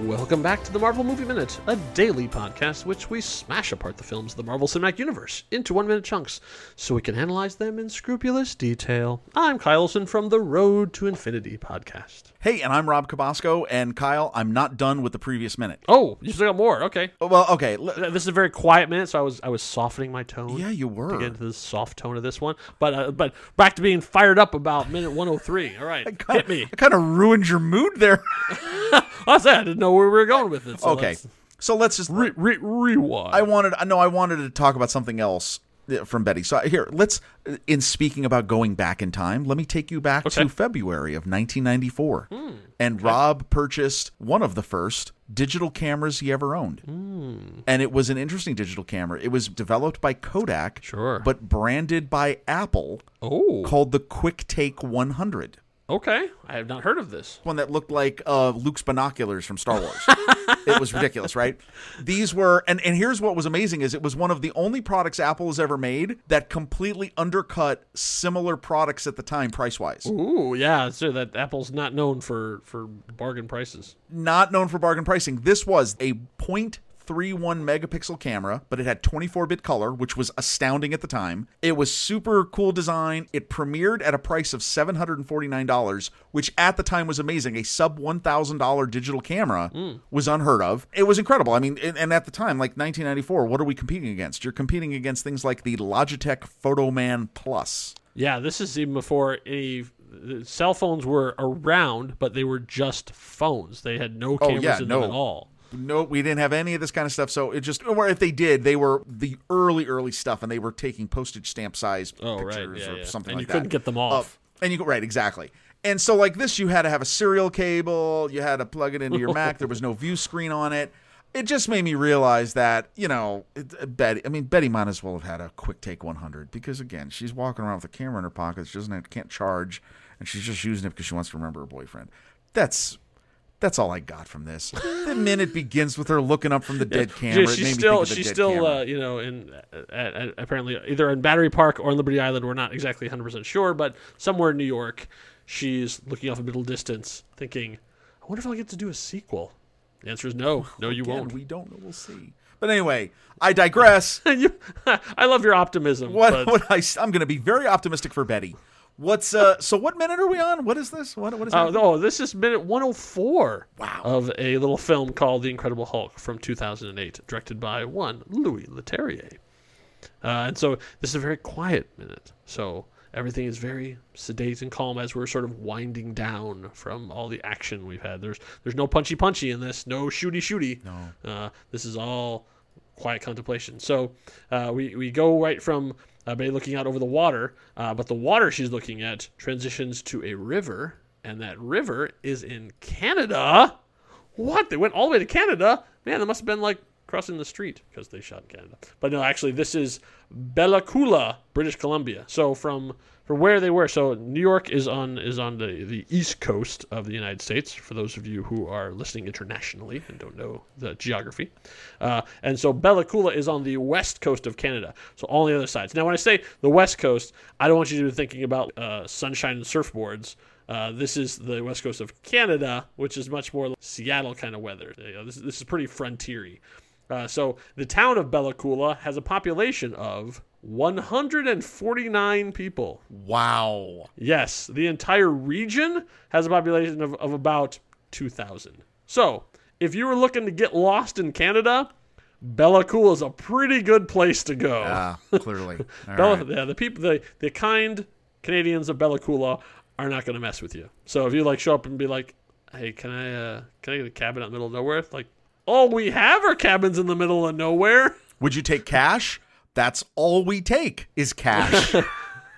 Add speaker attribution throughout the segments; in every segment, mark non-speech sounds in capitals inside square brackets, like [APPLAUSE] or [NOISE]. Speaker 1: Welcome back to the Marvel Movie Minute, a daily podcast which we smash apart the films of the Marvel Cinematic Universe into one minute chunks so we can analyze them in scrupulous detail. I'm Kyleson from the Road to Infinity podcast.
Speaker 2: Hey, and I'm Rob Cabasco, and Kyle, I'm not done with the previous minute.
Speaker 1: Oh, you still got more. Okay.
Speaker 2: Oh, Well, okay. l-
Speaker 1: Th- This is a very quiet minute, so I was I was softening my tone.
Speaker 2: Yeah, you were.
Speaker 1: To get into the soft tone of this one. But uh, but back to being fired up about minute 103. All right. Hit me.
Speaker 2: I kind of ruined your mood there.
Speaker 1: I said I didn't know where we were going with it. [LAUGHS] So
Speaker 2: okay.
Speaker 1: let's
Speaker 2: So let's just.
Speaker 1: Re- re- rewind.
Speaker 2: I wanted. I know. I wanted to talk about something else uh, from Betty. So here, let's. uh, In speaking about going back in time, let me take you back
Speaker 1: Okay. Hmm,
Speaker 2: to February of 1994, and Rob purchased one of the first digital cameras he ever owned,
Speaker 1: Hmm.
Speaker 2: and it was an interesting digital camera. It was developed by Kodak,
Speaker 1: Sure.
Speaker 2: but branded by Apple,
Speaker 1: oh.
Speaker 2: called the Quick Take 100.
Speaker 1: Okay, I have not heard of this.
Speaker 2: one that looked like uh, Luke's binoculars from Star Wars. it was ridiculous, right? These were, and, and here's what was amazing is it was one of the only products Apple has ever made that completely undercut similar products at the time price wise.
Speaker 1: Ooh, yeah, so that Apple's not known for for bargain prices.
Speaker 2: Not known for bargain pricing. This was a 0.31 megapixel camera, but it had 24 bit color, which was astounding at the time. It was super cool design. It premiered at a price of $749, which at the time was amazing. A sub $1,000 digital camera was unheard of. It was incredible. I mean, and, and at the time, like 1994, what are we competing against? You're competing against things like the Logitech Photoman Plus.
Speaker 1: Yeah, this is even before any cell phones were around, but they were just phones. They had no cameras
Speaker 2: Oh, yeah,
Speaker 1: in
Speaker 2: no.
Speaker 1: them at all.
Speaker 2: No, we didn't have any of this kind of stuff. So it just, or if they did, they were the early, early stuff, and they were taking postage stamp size
Speaker 1: Oh, right,
Speaker 2: pictures
Speaker 1: yeah,
Speaker 2: or
Speaker 1: yeah.
Speaker 2: something
Speaker 1: And
Speaker 2: like
Speaker 1: you
Speaker 2: that.
Speaker 1: couldn't get them off.
Speaker 2: Uh, and you go right, exactly. And so like this, you had to have a serial cable. You had to plug it
Speaker 1: [LAUGHS]
Speaker 2: into your Mac. There was no view screen on it. It just made me realize that you know it- uh, Betty. I mean Betty might as well have had a quick take 100 because again she's walking around with a camera in her pocket. She doesn't have- can't charge, and she's just using it because she wants to remember her boyfriend. That's that's all I got from this. The minute begins with her looking up from the dead camera.
Speaker 1: She-
Speaker 2: it made
Speaker 1: she's
Speaker 2: me think
Speaker 1: still
Speaker 2: of the
Speaker 1: she's
Speaker 2: dead
Speaker 1: still
Speaker 2: camera.
Speaker 1: uh, you know in uh, uh, apparently either in Battery Park or in Liberty Island. We're not exactly 100 percent sure, but somewhere in New York, she's looking off a middle distance, thinking, "I wonder if I'll get to do a sequel." The answer is no. No, you
Speaker 2: Again,
Speaker 1: won't.
Speaker 2: We don't know. We'll see. But anyway, I digress.
Speaker 1: [LAUGHS] You- [LAUGHS] I love your optimism.
Speaker 2: What,
Speaker 1: but-
Speaker 2: what I, am going to be very optimistic for Betty. What's uh? So what minute are we on? What is this? What what is
Speaker 1: Oh,
Speaker 2: that?
Speaker 1: no, this is minute 104
Speaker 2: Wow.
Speaker 1: of a little film called The Incredible Hulk from 2008, directed by one Louis Leterrier. Uh, and so this is a very quiet minute. So everything is very sedate and calm as we're sort of winding down from all the action we've had. There's there's no punchy punchy in this, no shooty shooty. No. Uh, this is all quiet contemplation. So uh, we, we go right from uh, Betty looking out over the water, uh, but the water she's looking at transitions to a river, and that river is in Canada. What? They went all the way to Canada? Man, that must have been like crossing the street because they shot in Canada. But no, actually, this is Bella Coola, British Columbia. So from from where they were, so New York is on is on the, the east coast of the United States. For those of you who are listening internationally and don't know the geography, uh, and so Bella Coola is on the west coast of Canada. So all the other sides. Now, when I say the west coast, I don't want you to be thinking about uh, sunshine and surfboards. Uh, this is the west coast of Canada, which is much more like Seattle kind of weather. You know, this, this is pretty frontiery. Uh, so the town of Bella Coola has a population of 149 people.
Speaker 2: Wow.
Speaker 1: Yes, the entire region has a population of, of about 2,000. So if you were looking to get lost in Canada, Bella Coola is a pretty good place to go.
Speaker 2: Ah,
Speaker 1: [LAUGHS]
Speaker 2: clearly. All
Speaker 1: Bella,
Speaker 2: right.
Speaker 1: yeah, the people, the, the kind Canadians of Bella Coola are not going to mess with you. So if you like show up and be like, "Hey, can I uh, can I get a cabin out in the middle of nowhere?" It's like, all we have are cabins in the middle of nowhere. [LAUGHS]
Speaker 2: Would you take cash? That's all we take is
Speaker 1: [LAUGHS]
Speaker 2: cash. I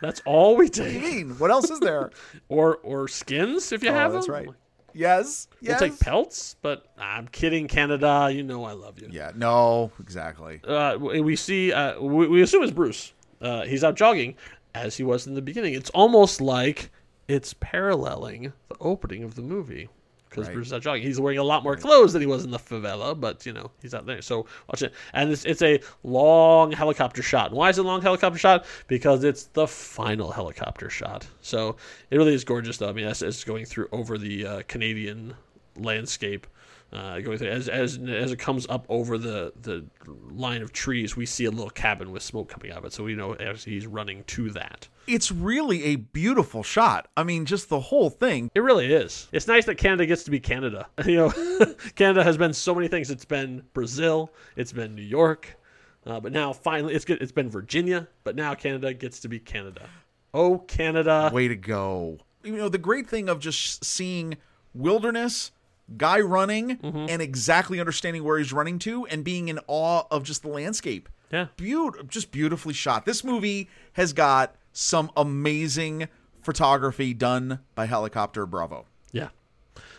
Speaker 1: That's all we take.
Speaker 2: mean, what else is there?
Speaker 1: Or or skins if you have
Speaker 2: Oh, that's
Speaker 1: them.
Speaker 2: right. Yes.
Speaker 1: We'll
Speaker 2: Yes.
Speaker 1: take pelts, but I'm kidding, Canada. You know I love you.
Speaker 2: yeah. No. Exactly.
Speaker 1: uh, we we see uh, we, we assume it's Bruce. Uh, he's out jogging, as he was in the beginning. It's almost like it's paralleling the opening of the movie because
Speaker 2: Right.
Speaker 1: Bruce is out jogging. He's wearing a lot more clothes than he was in the favela, but you know he's out there. So watch it, and it's, it's a long helicopter shot. And why is it a long helicopter shot? Because it's the final helicopter shot. So it really is gorgeous, though. I mean, that's it's going through over the uh, Canadian landscape. uh, going through. As, as as it comes up over the the line of trees, we see a little cabin with smoke coming out of it. So we know as he's running to that.
Speaker 2: It's really a beautiful shot. I mean, just the whole thing.
Speaker 1: It really is. It's nice that Canada gets to be Canada. [LAUGHS] You know, Canada has been so many things. It's been Brazil. It's been New York. Uh, but now finally, it's good. It's been Virginia, but now Canada gets to be Canada. Oh, Canada!
Speaker 2: Way to go. You know, the great thing of just seeing wilderness, guy running,
Speaker 1: Mm-hmm.
Speaker 2: and exactly understanding where he's running to and being in awe of just the landscape.
Speaker 1: Yeah.
Speaker 2: Beaut- just beautifully shot. This movie has got some amazing photography done by Helicopter Bravo.
Speaker 1: Yeah.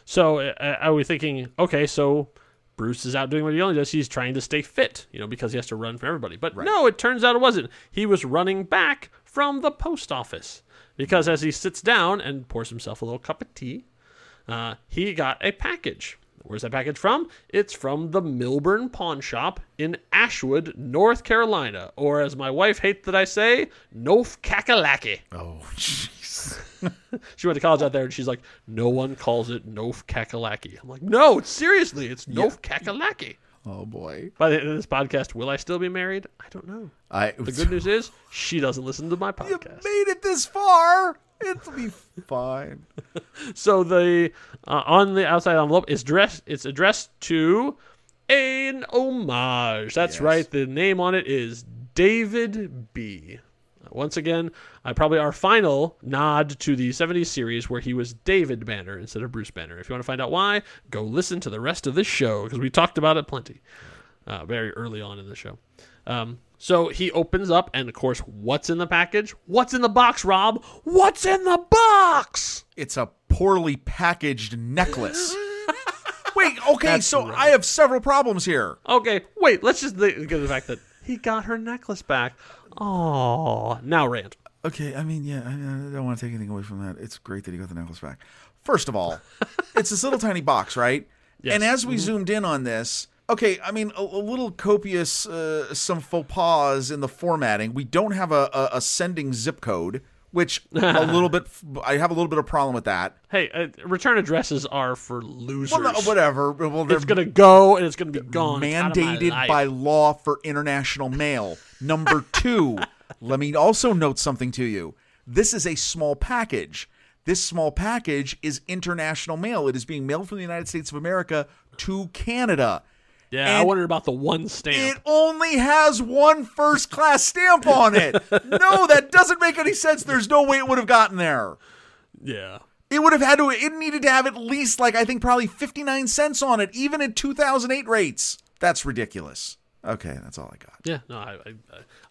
Speaker 1: So uh, I was thinking, okay, so Bruce is out doing what he only does. He's trying to stay fit, you know, because he has to run from everybody. But no, it turns out it wasn't. He was running back from the post office because as he sits down and pours himself a little cup of tea, uh, he got a package. Where's that package from? It's from the Milburn Pawn Shop in Ashwood, North Carolina, or as my wife hates that I say, Nof Kakalaki.
Speaker 2: Oh, [LAUGHS] jeez.
Speaker 1: She went to college out there, and she's like, "No one calls it Nof Kakalaki." I'm like, "No, seriously, it's Nof Kakalaki."
Speaker 2: Oh, boy.
Speaker 1: By the end of this podcast, will I still be married? I don't know.
Speaker 2: I, [LAUGHS]
Speaker 1: The good news is she doesn't listen to my podcast.
Speaker 2: made it this far. It'll be fine.
Speaker 1: So the uh, on the outside envelope is dressed. It's addressed to an homage. That's
Speaker 2: Yes.
Speaker 1: right. The name on it is David B. Once again, uh, probably our final nod to the 70s series where he was David Banner instead of Bruce Banner. If you want to find out why, go listen to the rest of this show because we talked about it plenty uh, very early on in the show. Um, so he opens up, and of course, what's in the package? What's in the box, Rob? What's in the box?
Speaker 2: It's a poorly packaged [LAUGHS] necklace. Wait, okay, so
Speaker 1: right.
Speaker 2: I have several problems here.
Speaker 1: Okay, wait. Let's just think of the fact that he got her necklace back. Oh, now rant.
Speaker 2: Okay, I mean, yeah, I, I don't want to take anything away from that. It's great that he got the necklace back. First of [LAUGHS] all, it's this little tiny box, right?
Speaker 1: Yes.
Speaker 2: And as we zoomed in on this, okay, I mean, a, a little copious, uh, some faux pas in the formatting. We don't have a, a, a sending zip code, which [LAUGHS] a little bit, I have a little bit of problem with that.
Speaker 1: Hey, uh, return addresses are for losers.
Speaker 2: Well, no, whatever. Well, they're
Speaker 1: it's gonna go and it's gonna be gone. It's out of my
Speaker 2: mandated
Speaker 1: life.
Speaker 2: by law for international mail.
Speaker 1: [LAUGHS]
Speaker 2: Number two, let me also note something to you. This is a small package. This small package is international mail. It is being mailed from the United States of America to Canada.
Speaker 1: Yeah, I
Speaker 2: and
Speaker 1: wondered about the one stamp.
Speaker 2: It only has one first class stamp
Speaker 1: [LAUGHS]
Speaker 2: on it. No, that doesn't make any sense. There's no way it would have gotten there.
Speaker 1: yeah.
Speaker 2: It would have had to, it needed to have at least, like, I think probably 59 cents on it, even at 2008 rates. That's ridiculous. Okay, that's all I got.
Speaker 1: Yeah, no, I,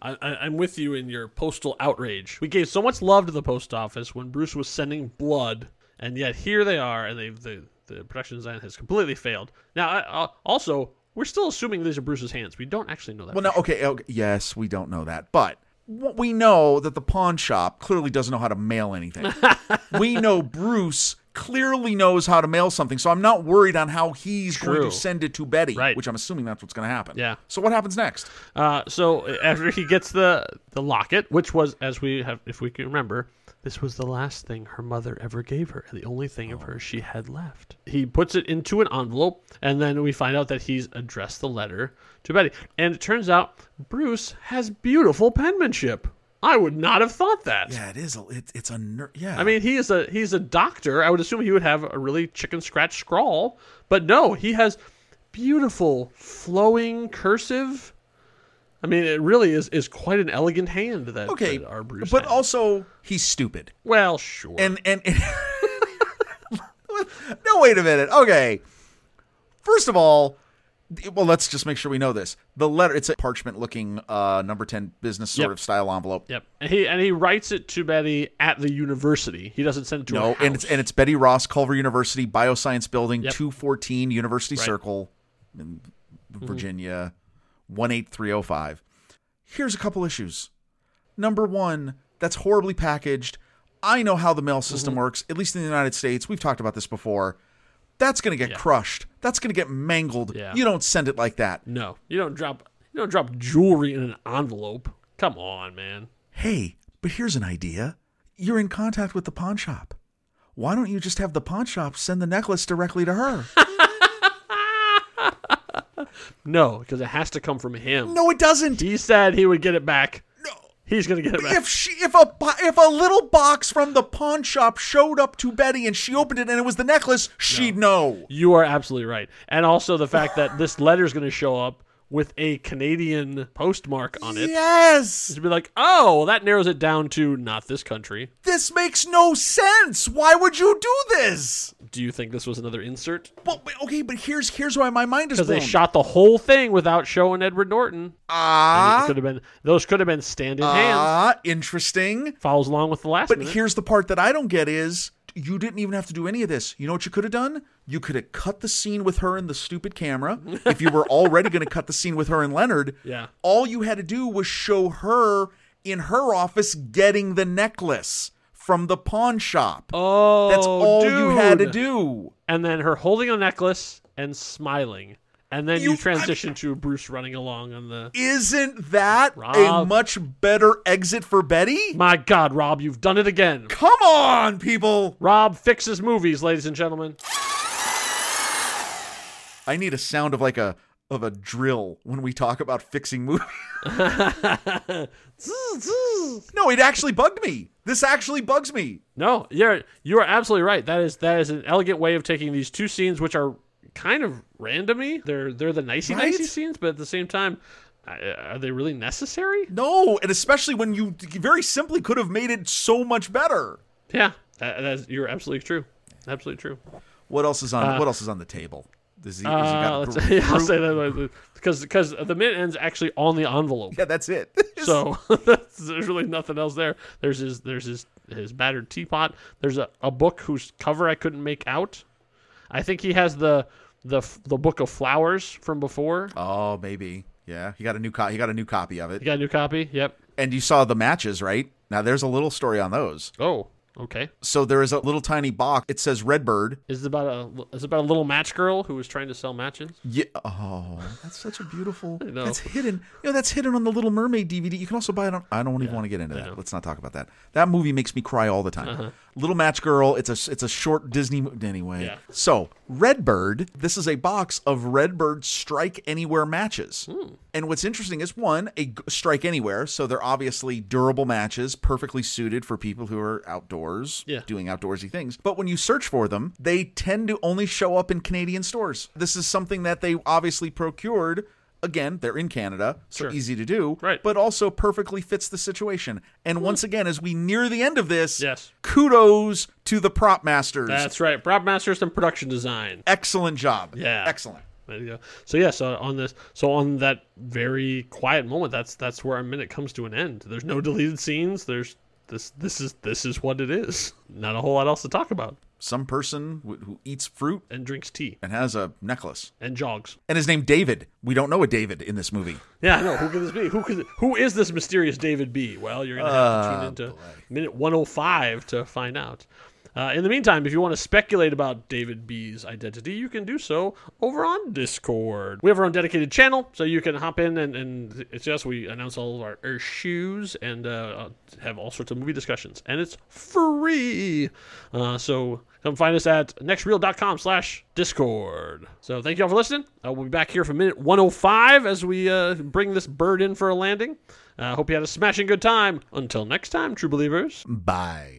Speaker 1: I, I, I- I'm with you in your postal outrage. We gave so much love to the post office when Bruce was sending blood, and yet here they are, and they've the the production design has completely failed. Now, I, I, also, we're still assuming these are Bruce's hands. We don't actually know that.
Speaker 2: Well, no, okay, okay, yes, we don't know that, but what we know that the pawn shop clearly doesn't know how to mail
Speaker 1: [LAUGHS]
Speaker 2: anything. we know Bruce clearly knows how to mail something, so I'm not worried on how he's going
Speaker 1: True.
Speaker 2: to send it to Betty,
Speaker 1: Right.
Speaker 2: which I'm assuming that's what's going to happen.
Speaker 1: Yeah.
Speaker 2: So what happens next?
Speaker 1: Uh, so after he gets the the locket, which was as we have, if we can remember, this was the last thing her mother ever gave her, and the only thing of her she had left. He puts it into an envelope, and then we find out that he's addressed the letter to Betty. And it turns out Bruce has beautiful penmanship. I would not have thought that.
Speaker 2: Yeah, it is. A, it, it's a ner- yeah.
Speaker 1: I mean, he is a he's a doctor. I would assume he would have a really chicken scratch scrawl, but no, he has beautiful flowing cursive. I mean, it really is is quite an elegant hand that
Speaker 2: okay,
Speaker 1: that our Bruce.
Speaker 2: but
Speaker 1: has.
Speaker 2: also he's stupid.
Speaker 1: well, sure.
Speaker 2: and and, and [LAUGHS] no wait a minute okay first of all well let's just make sure we know this the letter it's a parchment looking uh number 10 business sort
Speaker 1: Yep.
Speaker 2: of style envelope
Speaker 1: yep, and he and he writes it to Betty at the university. He doesn't send it to
Speaker 2: no
Speaker 1: her
Speaker 2: and it's
Speaker 1: house.
Speaker 2: and it's betty ross culver university bioscience building
Speaker 1: Yep.
Speaker 2: 214 university circle in
Speaker 1: Mm-hmm.
Speaker 2: virginia 18305 here's a couple issues number one that's horribly packaged i know how the mail
Speaker 1: Mm-hmm.
Speaker 2: system works at least in the united states we've talked about this before that's going to get crushed that's going to get mangled
Speaker 1: Yeah.
Speaker 2: you don't send it like that
Speaker 1: no, you don't drop you don't drop jewelry in an envelope. Come on, man.
Speaker 2: hey but here's an idea you're in contact with the
Speaker 1: [LAUGHS]
Speaker 2: pawn shop why don't you just have the pawn shop send the necklace directly to her
Speaker 1: No, because it has to come from him.
Speaker 2: No, it doesn't.
Speaker 1: He said he would get it back.
Speaker 2: No.
Speaker 1: He's gonna get it back.
Speaker 2: If she, if a, bo- if a little box from the pawn shop showed up to Betty and she opened it and it was the necklace, she'd know.
Speaker 1: You are absolutely right. And also the fact that this letter is going to show up with a Canadian postmark on it.
Speaker 2: Yes,
Speaker 1: To be like, oh, well, that narrows it down to not this country.
Speaker 2: this makes no sense. Why would you do this?
Speaker 1: Do you think this was another insert?
Speaker 2: But but- okay, but here's here's why my mind is
Speaker 1: Because
Speaker 2: blown.
Speaker 1: they shot the whole thing without showing Edward Norton.
Speaker 2: ah,
Speaker 1: It could have been those could have been standing hands.
Speaker 2: ah, interesting.
Speaker 1: Follows along with the last
Speaker 2: But
Speaker 1: minute.
Speaker 2: here's the part that I don't get is you didn't even have to do any of this. You know what you could have done? You could have cut the scene with her and the stupid camera. if you were already going to cut the scene with her and Leonard,
Speaker 1: [LAUGHS] Yeah.
Speaker 2: all you had to do was show her in her office getting the necklace from the pawn shop.
Speaker 1: oh,
Speaker 2: That's all you had to
Speaker 1: dude.
Speaker 2: do.
Speaker 1: And then her holding a necklace and smiling. And then you,
Speaker 2: You- I-
Speaker 1: transition to Bruce running along on the
Speaker 2: Isn't that a
Speaker 1: Rob.
Speaker 2: much better exit for Betty?
Speaker 1: My God, Rob, you've done it again.
Speaker 2: Come on, people.
Speaker 1: Rob fixes movies, ladies and gentlemen. [LAUGHS]
Speaker 2: I need a sound of like a of a drill when we talk about fixing movies. No, it actually bugged me. This actually bugs me.
Speaker 1: no, you're you are absolutely right. That is that is an elegant way of taking these two scenes, which are kind of randomy. They're they're the nicey
Speaker 2: Right?
Speaker 1: nicey scenes, but at the same time, I- are they really necessary?
Speaker 2: No, and especially when you very simply could have made it so much better.
Speaker 1: Yeah, that, that's you're absolutely true. Absolutely true.
Speaker 2: What else is on? what else is on the table? Does he, has he got
Speaker 1: Uh,
Speaker 2: a
Speaker 1: let's, [LAUGHS]
Speaker 2: bru-
Speaker 1: I'll
Speaker 2: bru-
Speaker 1: say that because because the minute ends actually on the envelope.
Speaker 2: [LAUGHS] yeah, that's it.
Speaker 1: [LAUGHS] So that's, there's really nothing else there. There's his there's his his battered teapot. There's a, a book whose cover I couldn't make out. I think he has the the f- the book of flowers from before.
Speaker 2: [LAUGHS] oh, maybe. Yeah, he got a new co- he got a new copy of
Speaker 1: You
Speaker 2: it.
Speaker 1: got a new copy? Yep.
Speaker 2: And you saw the matches, right? Now there's a little story on those.
Speaker 1: Oh, okay.
Speaker 2: So there is a little tiny box. It says Redbird.
Speaker 1: Is it about a is it about a little match girl who was trying to sell matches?
Speaker 2: Yeah. Oh, that's such
Speaker 1: [LAUGHS]
Speaker 2: a beautiful.
Speaker 1: know.
Speaker 2: That's hidden. You know, that's hidden on the Little Mermaid DVD. You can also buy it on. I don't even want to get into that. Let's not talk about that. That movie makes me cry all the time.
Speaker 1: Uh-huh.
Speaker 2: Little Match Girl. It's a it's a short Disney mo- anyway.
Speaker 1: Yeah.
Speaker 2: So Redbird. This is a box of Redbird Strike Anywhere matches.
Speaker 1: Hmm.
Speaker 2: And what's interesting is one a g- Strike Anywhere. So they're obviously durable matches, perfectly suited for people who are outdoors
Speaker 1: Yeah.
Speaker 2: doing outdoorsy things. But when you search for them, they tend to only show up in Canadian stores. This is something that they obviously procured. Again, they're in Canada, so easy to do,
Speaker 1: Right. Hmm.
Speaker 2: but also perfectly fits the situation. And once again, as we near the end of this,
Speaker 1: Yes.
Speaker 2: kudos to the prop masters.
Speaker 1: That's right. Prop masters and production design.
Speaker 2: Excellent job.
Speaker 1: Yeah.
Speaker 2: Excellent.
Speaker 1: There you go. So yeah, so on this, so on that very quiet moment, that's that's where our minute comes to an end. There's no deleted scenes. There's this this is this is what it is. Not a whole lot else to talk about.
Speaker 2: Some person wh- who eats fruit
Speaker 1: And drinks tea
Speaker 2: and has a necklace.
Speaker 1: and jogs.
Speaker 2: And his name David. We don't know a David in this movie.
Speaker 1: Yeah, I know. Who could this be? Who could who is this mysterious David B? Well, you're gonna have to tune into minute 105 to find out. Uh, in the meantime, if you want to speculate about David B's identity, you can do so over on Discord. We have our own dedicated channel, so you can hop in and, and it's just we announce all of our, our shoes and uh, have all sorts of movie discussions, and it's free. Uh, so come find us at nextreel.com slash discord so thank you all for listening uh, we'll be back here for minute 105 as we uh, bring this bird in for a landing uh, hope you had a smashing good time until next time true believers
Speaker 2: Bye.